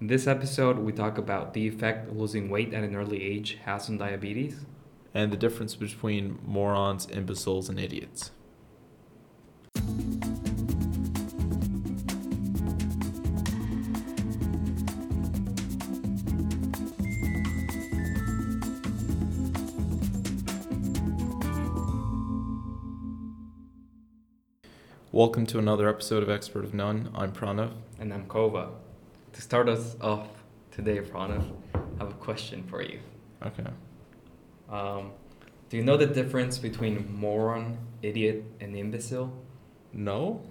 In this episode, we talk about the effect losing weight at an early age has on diabetes. and the difference between morons, imbeciles, and idiots. Welcome to another episode of Expert of None. I'm Pranav. And I'm Kova. To start us off today, Pranav, I have a question for you. Okay. Um, do you know the difference between moron, idiot, and imbecile? No?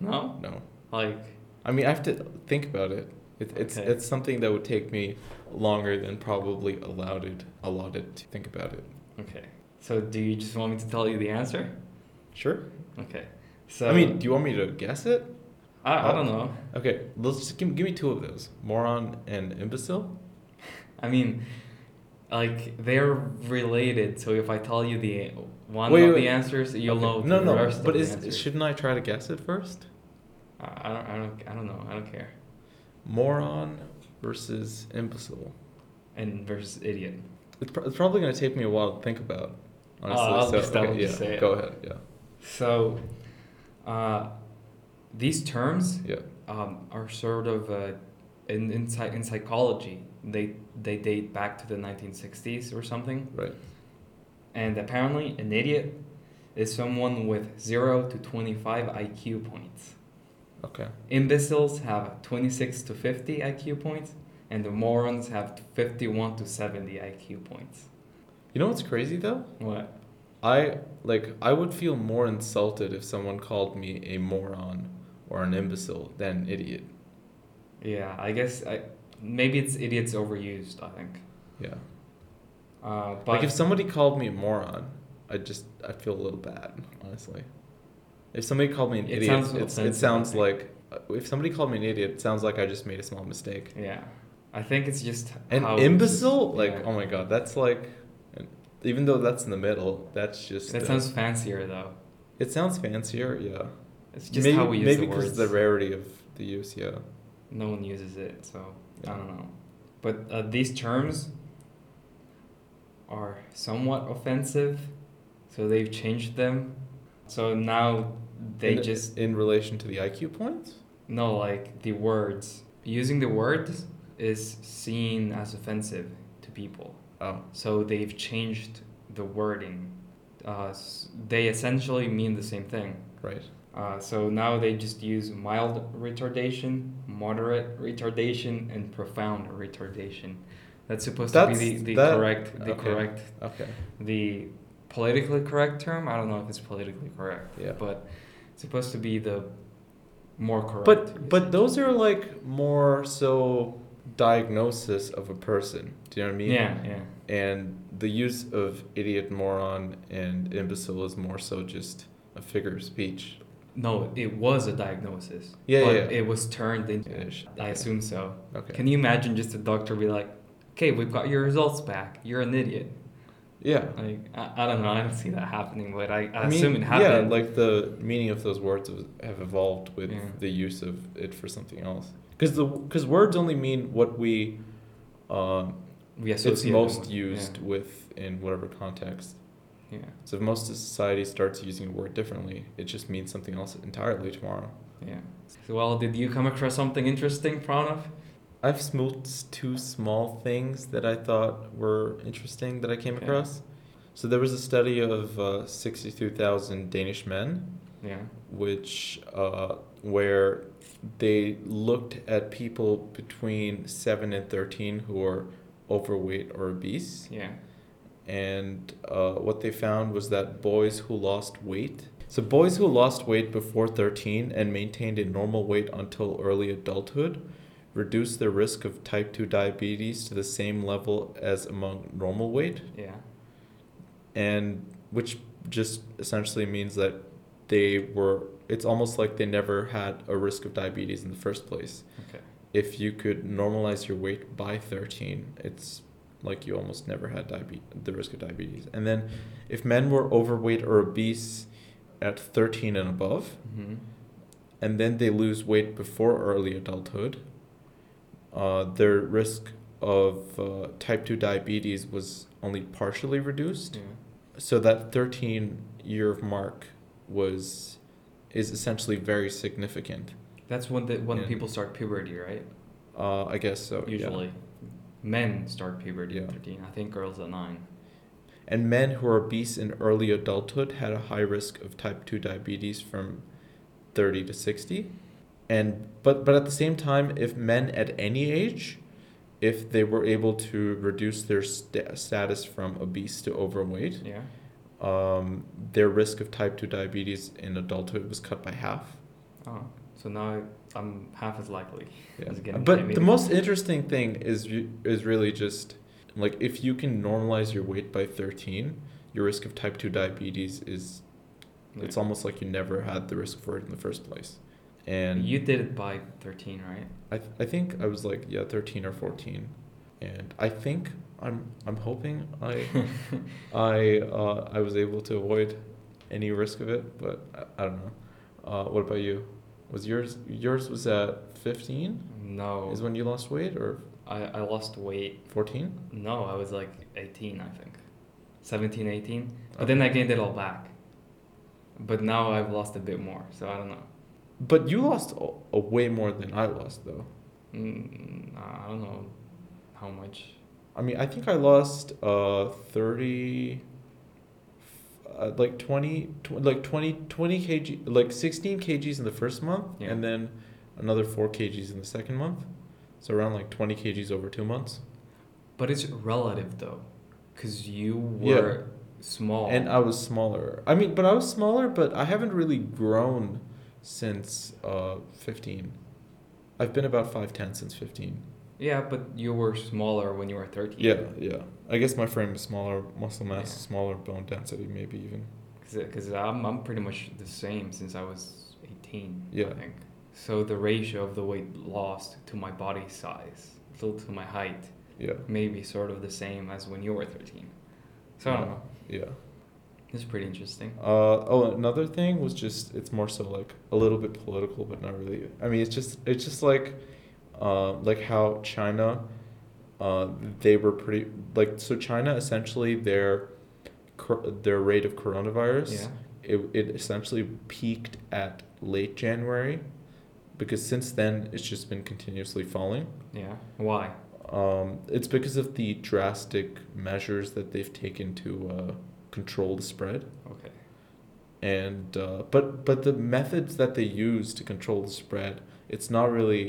No? No. Like, I mean, I have to think about it. it it's Okay. it's something that would take me longer than probably allowed allotted to think about it. okay. So, do you just want me to tell you the answer? Sure. Okay. So, I mean, uh, do you want me to guess it? I, I don't know. Okay, let's just give, give me two of those: moron and imbecile. I mean, like they're related. So if I tell you the one Wait, of wait. the answers, you'll Okay. know No, the no. rest but of is the answers. shouldn't I try to guess it first? I I don't, I don't, I don't know. I don't care. Moron versus imbecile. And versus idiot. It's, pr- it's probably gonna take me a while to think about. Honestly, Oh, I'll so just- I'll okay, just yeah, say it. go ahead. Yeah, So, uh, these terms yeah. um, are sort of uh, in in, psy- in psychology. They they date back to the 1960s or something. Right. And apparently, an idiot is someone with zero to 25 IQ points. Okay. Imbeciles have 26 to 50 IQ points, and the morons have 51 to 70 IQ points. You know what's crazy though? What? I like I would feel more insulted if someone called me a moron or an imbecile than an idiot. Yeah, I guess I, maybe it's idiots overused. I think. Yeah. Uh, but like if somebody called me a moron, I just I feel a little bad, honestly. If somebody called me an It idiot, sounds it's, it offensive, sounds I like uh, if somebody called me an idiot, it sounds like I just made a small mistake. yeah, I think it's just An how imbecile? like, yeah. oh my god, that's like an- even though that's in the middle, that's just that uh, sounds fancier though. it sounds fancier, yeah. It's just maybe how we use maybe the because words. of the rarity of the use, yeah. no one uses it, so Yeah. I don't know. But uh, these terms are somewhat offensive, so they've changed them. So now they in, just in relation to the IQ points. no like the words. Using the words is seen as offensive to people. Oh, So they've changed the wording. Uh, s- they essentially mean the same thing. right. Uh, so now they just use mild retardation, moderate retardation, and profound retardation. That's supposed That's- to be the, the that- correct, the okay. correct, Okay. the politically correct term. I don't know if it's politically correct, Yeah. but it's supposed to be the more correct. But but usage. those are like more so diagnosis of a person. Do you know what I mean? yeah, yeah, And the use of idiot, moron, and imbecile is more so just a figure of speech. no, it was a diagnosis. Yeah, but yeah, yeah. It was turned into. Ish. I assume so. Okay. Can you imagine just a doctor be like, "Okay, we've got your results back. You're an idiot." yeah. Like I, I don't know, I don't see that happening, but I, I, mean, assume it happened. Yeah, like the meaning of those words have- have evolved with Yeah. the use of it for something else. Because the because words only mean what we, um, we it's associate them most with- used with in whatever context. Yeah, So if most of society starts using a word differently, it just means something else entirely tomorrow. yeah. yeah. So, well, did you come across something interesting, Pranav? I've smoothed two small things that I thought were interesting that I came Okay. across. So there was a study of uh, 62,000 Danish men, Yeah. which uh, where they looked at people between 7 and 13 who were overweight or obese. Yeah. and uh, what they found was that boys who lost weight so boys who lost weight before 13 and maintained a normal weight until early adulthood reduced their risk of type 2 diabetes to the same level as among normal weight Yeah. and which just essentially means that they were it's almost like they never had a risk of diabetes in the first place Okay. if you could normalize your weight by 13, it's like you almost never had diabe- the risk of diabetes. And then if men were overweight or obese at 13 and above, hmm and then they lose weight before early adulthood, uh, their risk of uh, type 2 diabetes was only partially reduced. Yeah. So that 13 year mark was is essentially very significant. That's when the, when Yeah. people start puberty, right? Uh, I guess so. yeah. Usually, men start puberty Yeah. at thirteen. I think girls at nine. And men who are obese in early adulthood had a high risk of type 2 diabetes from 30 to 60. And but but at the same time, if men at any age, if they were able to reduce their st- status from obese to overweight, Yeah. um, their risk of type 2 diabetes in adulthood was cut by half. Oh, so now I'm half as likely. Yeah. It's getting But the diabetes. most interesting thing is you, is really just like if you can normalize your weight by 13, your risk of type 2 diabetes is it's Yeah. almost like you never had the risk for it in the first place. And you did it by thirteen, right? I, th- I think I was like yeah, 13 or 14. And I think I'm I'm hoping I I uh, I was able to avoid any risk of it, but I, I don't know. Uh, what about you? Was yours yours was at fifteen? no. Is when you lost weight or I, I lost weight. fourteen? No, I was like 18, I think. 17, 18. But then I gained it all back. But now I've lost a bit more, so I don't know. But you lost a, a way more than I lost though. Mm, I don't know how much. I mean, I think I lost uh thirty. Uh, like 20 tw- like 20 20 kg like 16 kgs in the first month Yeah. and then another 4 kgs in the second month so around like 20 kgs over 2 months But it's relative though, because you Yeah. were small. And I was smaller. I mean, but I was smaller, but I haven't really grown since uh, 15. I've been about 5'10 since 15. yeah, but you were smaller when you were 13. Yeah, yeah. I guess my frame is smaller, muscle mass is Yeah. smaller, bone density maybe even. Because I'm, I'm pretty much the same since I was 18, Yeah. I think. So the ratio of the weight lost to my body size, to to my height, Yeah, maybe sort of the same as when you were 13. So I don't know. yeah. It's pretty interesting. Uh, oh, another thing was just it's more so like a little bit political, but not really. I mean, it's just it's just like, uh, like how China, uh, they were pretty like so China essentially their, cor- their rate of coronavirus. Yeah. it, it essentially peaked at late January because since then it's just been continuously falling. Yeah. Why? Um, it's because of the drastic measures that they've taken to uh, control the spread. Okay. And uh, but but the methods that they use to control the spread, it's not really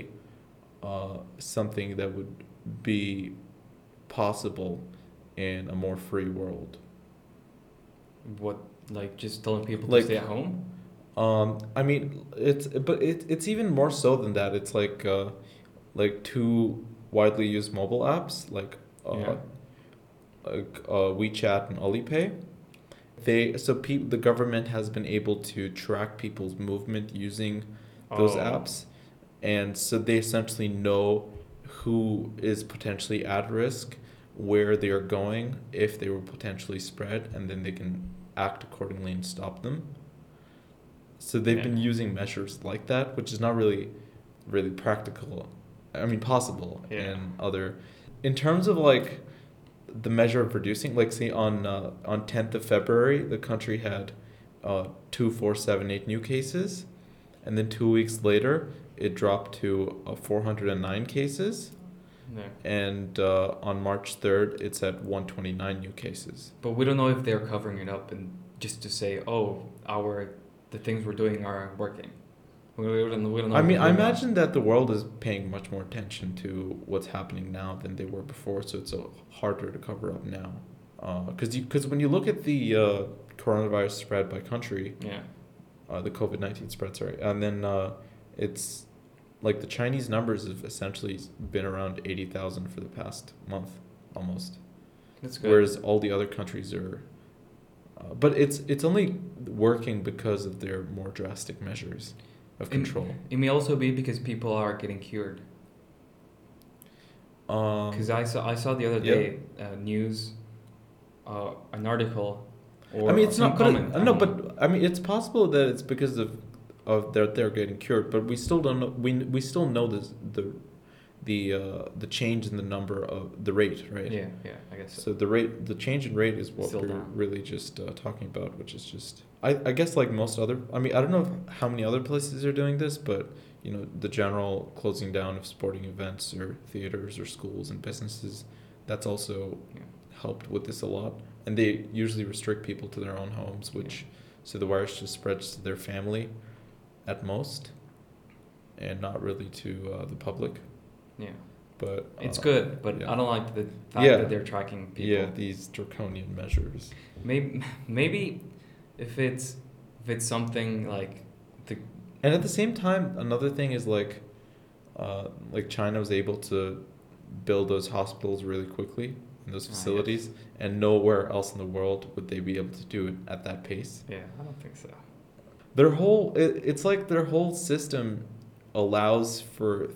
uh, something that would be possible in a more free world. What, like just telling people Like- to stay at home? Um, I mean, it's but it, it's even more so than that. It's like uh, like two widely used mobile apps like uh, Yeah. like uh, WeChat and Alipay. They so pe- the government has been able to track people's movement using those Oh. apps, and so they essentially know who is potentially at risk, where they are going, if they were potentially spread, and then they can act accordingly and stop them. So they've Yeah. been using measures like that, which is not really, really practical. I mean, possible Yeah. in other, in terms of like, the measure of reducing. Like, see, on uh, on tenth of February, the country had, uh, two four seven eight new cases, and then two weeks later, it dropped to uh, four hundred and nine cases, No. and uh, on March third, it's at one twenty nine new cases. But we don't know if they're covering it up and just to say, oh, our the things we're doing are working. We, we don't, we don't know. I if mean, they're I doing that. imagine that the world is paying much more attention to what's happening now than they were before, so it's uh, harder to cover up now. Because you because when you look at the uh, coronavirus spread by country, Yeah. uh, the COVID nineteen spread, sorry, and then uh, it's like the Chinese numbers have essentially been around eighty thousand for the past month almost, That's good. whereas all the other countries are. Uh, but it's it's only working because of their more drastic measures of And- control. It may also be because people are getting cured. Um, Because I saw I saw the other yeah. day uh, news, uh, an article, or I mean, it's some not. But comment. it, I no, don't know. but I mean, it's possible that it's because of, of that they're getting cured. But we still don't know. We we still know this the, the uh, the change in the number of the rate, right? Yeah, yeah, I guess so. So the rate, the change in rate is what Still we're down. really just uh, talking about, which is just, I, I guess like most other, I mean, I don't know if- how many other places are doing this, but you know, the general closing down of sporting events or theaters or schools and businesses, that's also Yeah. helped with this a lot. And they usually restrict people to their own homes, Yeah. which, so the virus just spreads to their family at most and not really to uh, the public, Yeah, but. it's uh, good, but yeah. I don't like the fact Yeah. that they're tracking people. Yeah, these draconian measures. Maybe, maybe if it's if it's something like the And at the same time, another thing is like, uh, like China was able to build those hospitals really quickly and those Ah, yes. facilities, and nowhere else in the world would they be able to do it at that pace. yeah, I don't think so. Their whole, it, it's like their whole system allows for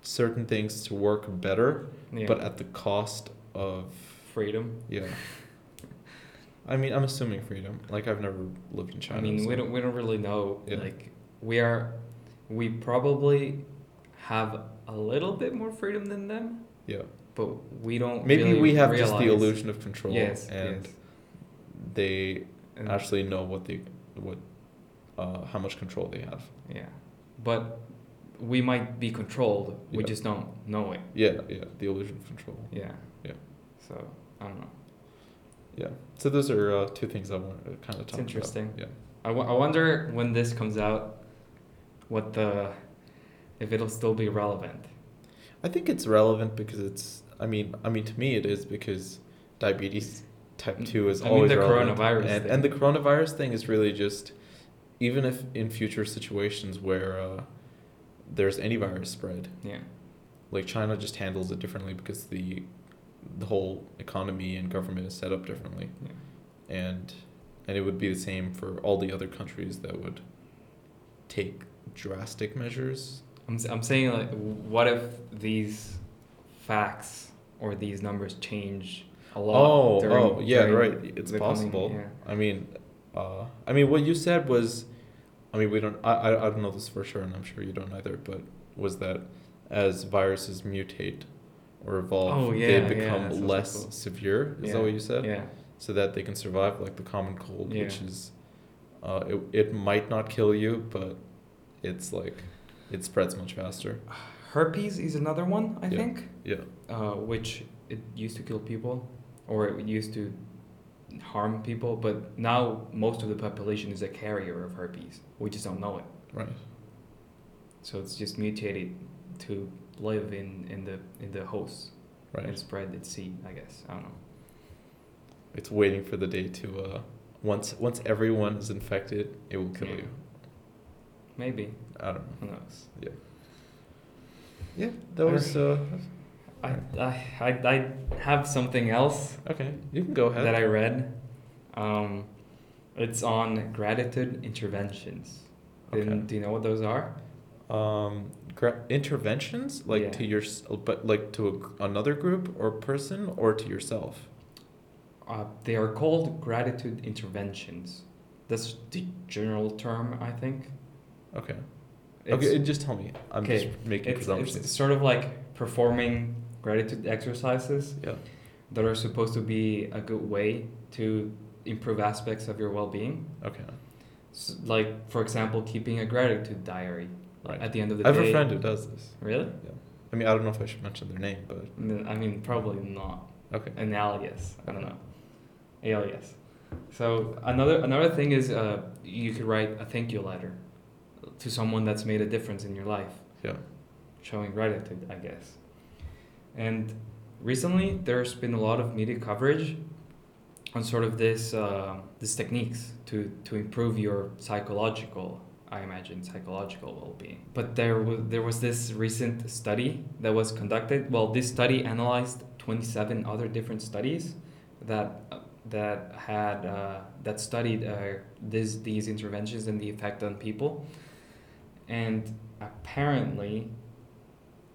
certain things to work better, Yeah. but at the cost of, freedom. yeah. I mean, I'm assuming freedom. Like I've never lived in China. I mean, so- we don't we don't really know. Yeah. Like we are, we probably have a little bit more freedom than them, Yeah. but we don't. Maybe really we have realize. just the illusion of control, Yes. and yes. they And- actually know what they what uh, how much control they have. Yeah, but we might be controlled. We Yeah. just don't know it. Yeah, yeah, the illusion of control. Yeah. Yeah. So I don't know. Yeah. So those are uh, two things I wanted to kind of It's talk interesting. about. Yeah. I, w- I wonder when this comes out, what the, if it'll still be relevant. I think it's relevant because it's. I mean, I mean to me it is because diabetes type two is I mean, always the relevant. coronavirus and, thing. and the coronavirus thing is really just even if in future situations where uh, there's any virus spread, Yeah. like China just handles it differently because the the whole economy and government is set up differently. Yeah. and and it would be the same for all the other countries that would take drastic measures. I'm s- I'm saying like, what if these facts or these numbers change a lot? oh, during- oh, yeah, during right. It's the coming- possible. yeah. I mean, uh, I mean, what you said was, I mean, we don't. I, I I don't know this for sure, and I'm sure you don't either. But was that as viruses mutate or evolve, Oh, yeah, yeah, they become that sounds less cool. severe? Is Yeah, that what you said? Yeah. so that they can survive like the common cold, Yeah. which is uh, it, it might not kill you, but it's like it spreads much faster. Herpes is another one, I Yeah. think. Yeah. uh, which it used to kill people or it used to harm people, but now most of the population is a carrier of herpes. We just don't know it. Right. So it's just mutated to live in, in the in the host and Right. spread its seed, I guess. I don't know. It's waiting for the day to uh once once everyone is infected, it will kill Yeah. you. Maybe. I don't know. Who knows? Yeah, that was uh I, I, I, I have something else okay. You can go ahead. that I read. Um, it's on gratitude interventions. Then, Okay. Do you know what those are? um gra- interventions like Yeah. to your s- but like to a, gr- another group or person or to yourself. Uh, they are called gratitude interventions. That's the general term, I think. Okay. It's, okay, just tell me. I'm Okay, just making it's, presumptions. it's sort of like performing gratitude exercises yeah. that are supposed to be a good way to improve aspects of your well being. Okay. S like, for example, keeping a gratitude diary Right. at the end of the I have day. a friend who does this. Really? Yeah. I mean, I don't know if I should mention their name, but N- I mean, probably not. okay. an alias. I don't know, alias. So another another thing is uh, you could write a thank you letter to someone that's made a difference in your life, Yeah. showing gratitude, I guess. And recently, there's been a lot of media coverage on sort of this uh, these techniques to to improve your psychological. I imagine psychological well-being, but there was there was this recent study that was conducted. Well, this study analyzed twenty-seven other different studies that that had uh, that studied uh, this these interventions and the effect on people, and apparently,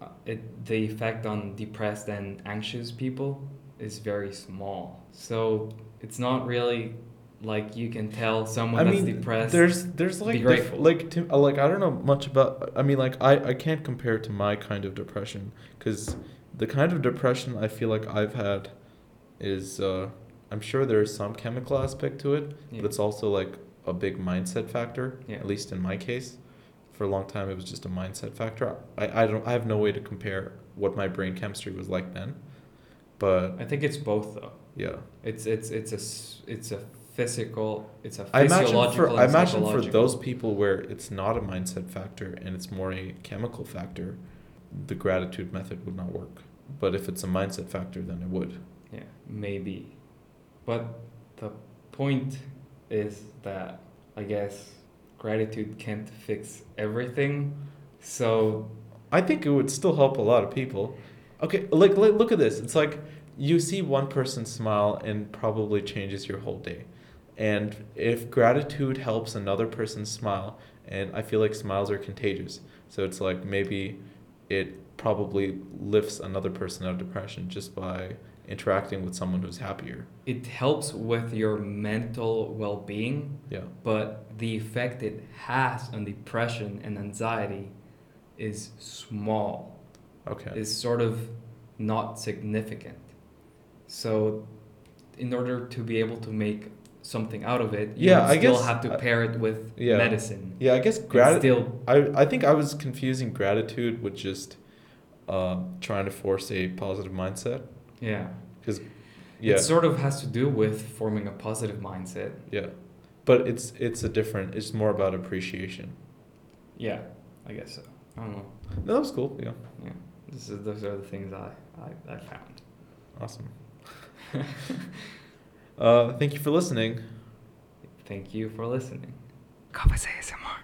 uh, it the effect on depressed and anxious people is very small. So it's not really like you can tell someone I that's mean, depressed. There's there's like def- grateful. like to, uh, like I don't know much about. I mean, like I I can't compare it to my kind of depression because the kind of depression I feel like I've had is uh, I'm sure there is some chemical aspect to it, Yeah. but it's also like a big mindset factor. Yeah. At least in my case, for a long time it was just a mindset factor. I I don't I have no way to compare what my brain chemistry was like then, but I think it's both though. yeah. It's it's it's a s- it's a physical. It's a I imagine physiological. for I and imagine for psychological- those people where it's not a mindset factor and it's more a chemical factor, the gratitude method would not work. But if it's a mindset factor, then it would. Yeah, maybe. But the point is that I guess gratitude can't fix everything. So I think it would still help a lot of people. Okay, like, like look at this. It's like you see one person smile and probably changes your whole day. And if gratitude helps another person smile, and I feel like smiles are contagious. So it's like maybe it probably lifts another person out of depression just by interacting with someone who's happier. it helps with your mental well-being, Yeah. but the effect it has on depression and anxiety is small. Okay. is sort of not significant. So, in order to be able to make something out of it, you Yeah, would I still guess- have to I- pair it with Yeah. medicine. yeah, I guess And gratitude. still, I, I think I was confusing gratitude with just uh, trying to force a positive mindset. yeah. Because, yeah, It sort of has to do with forming a positive mindset. yeah, but it's it's a different. It's more about appreciation. Yeah, I guess so. I don't know. No, that was cool. Yeah, Yeah, this is, those are the things I, I, I found. awesome. uh, thank you for listening. Thank you for listening. ASMR.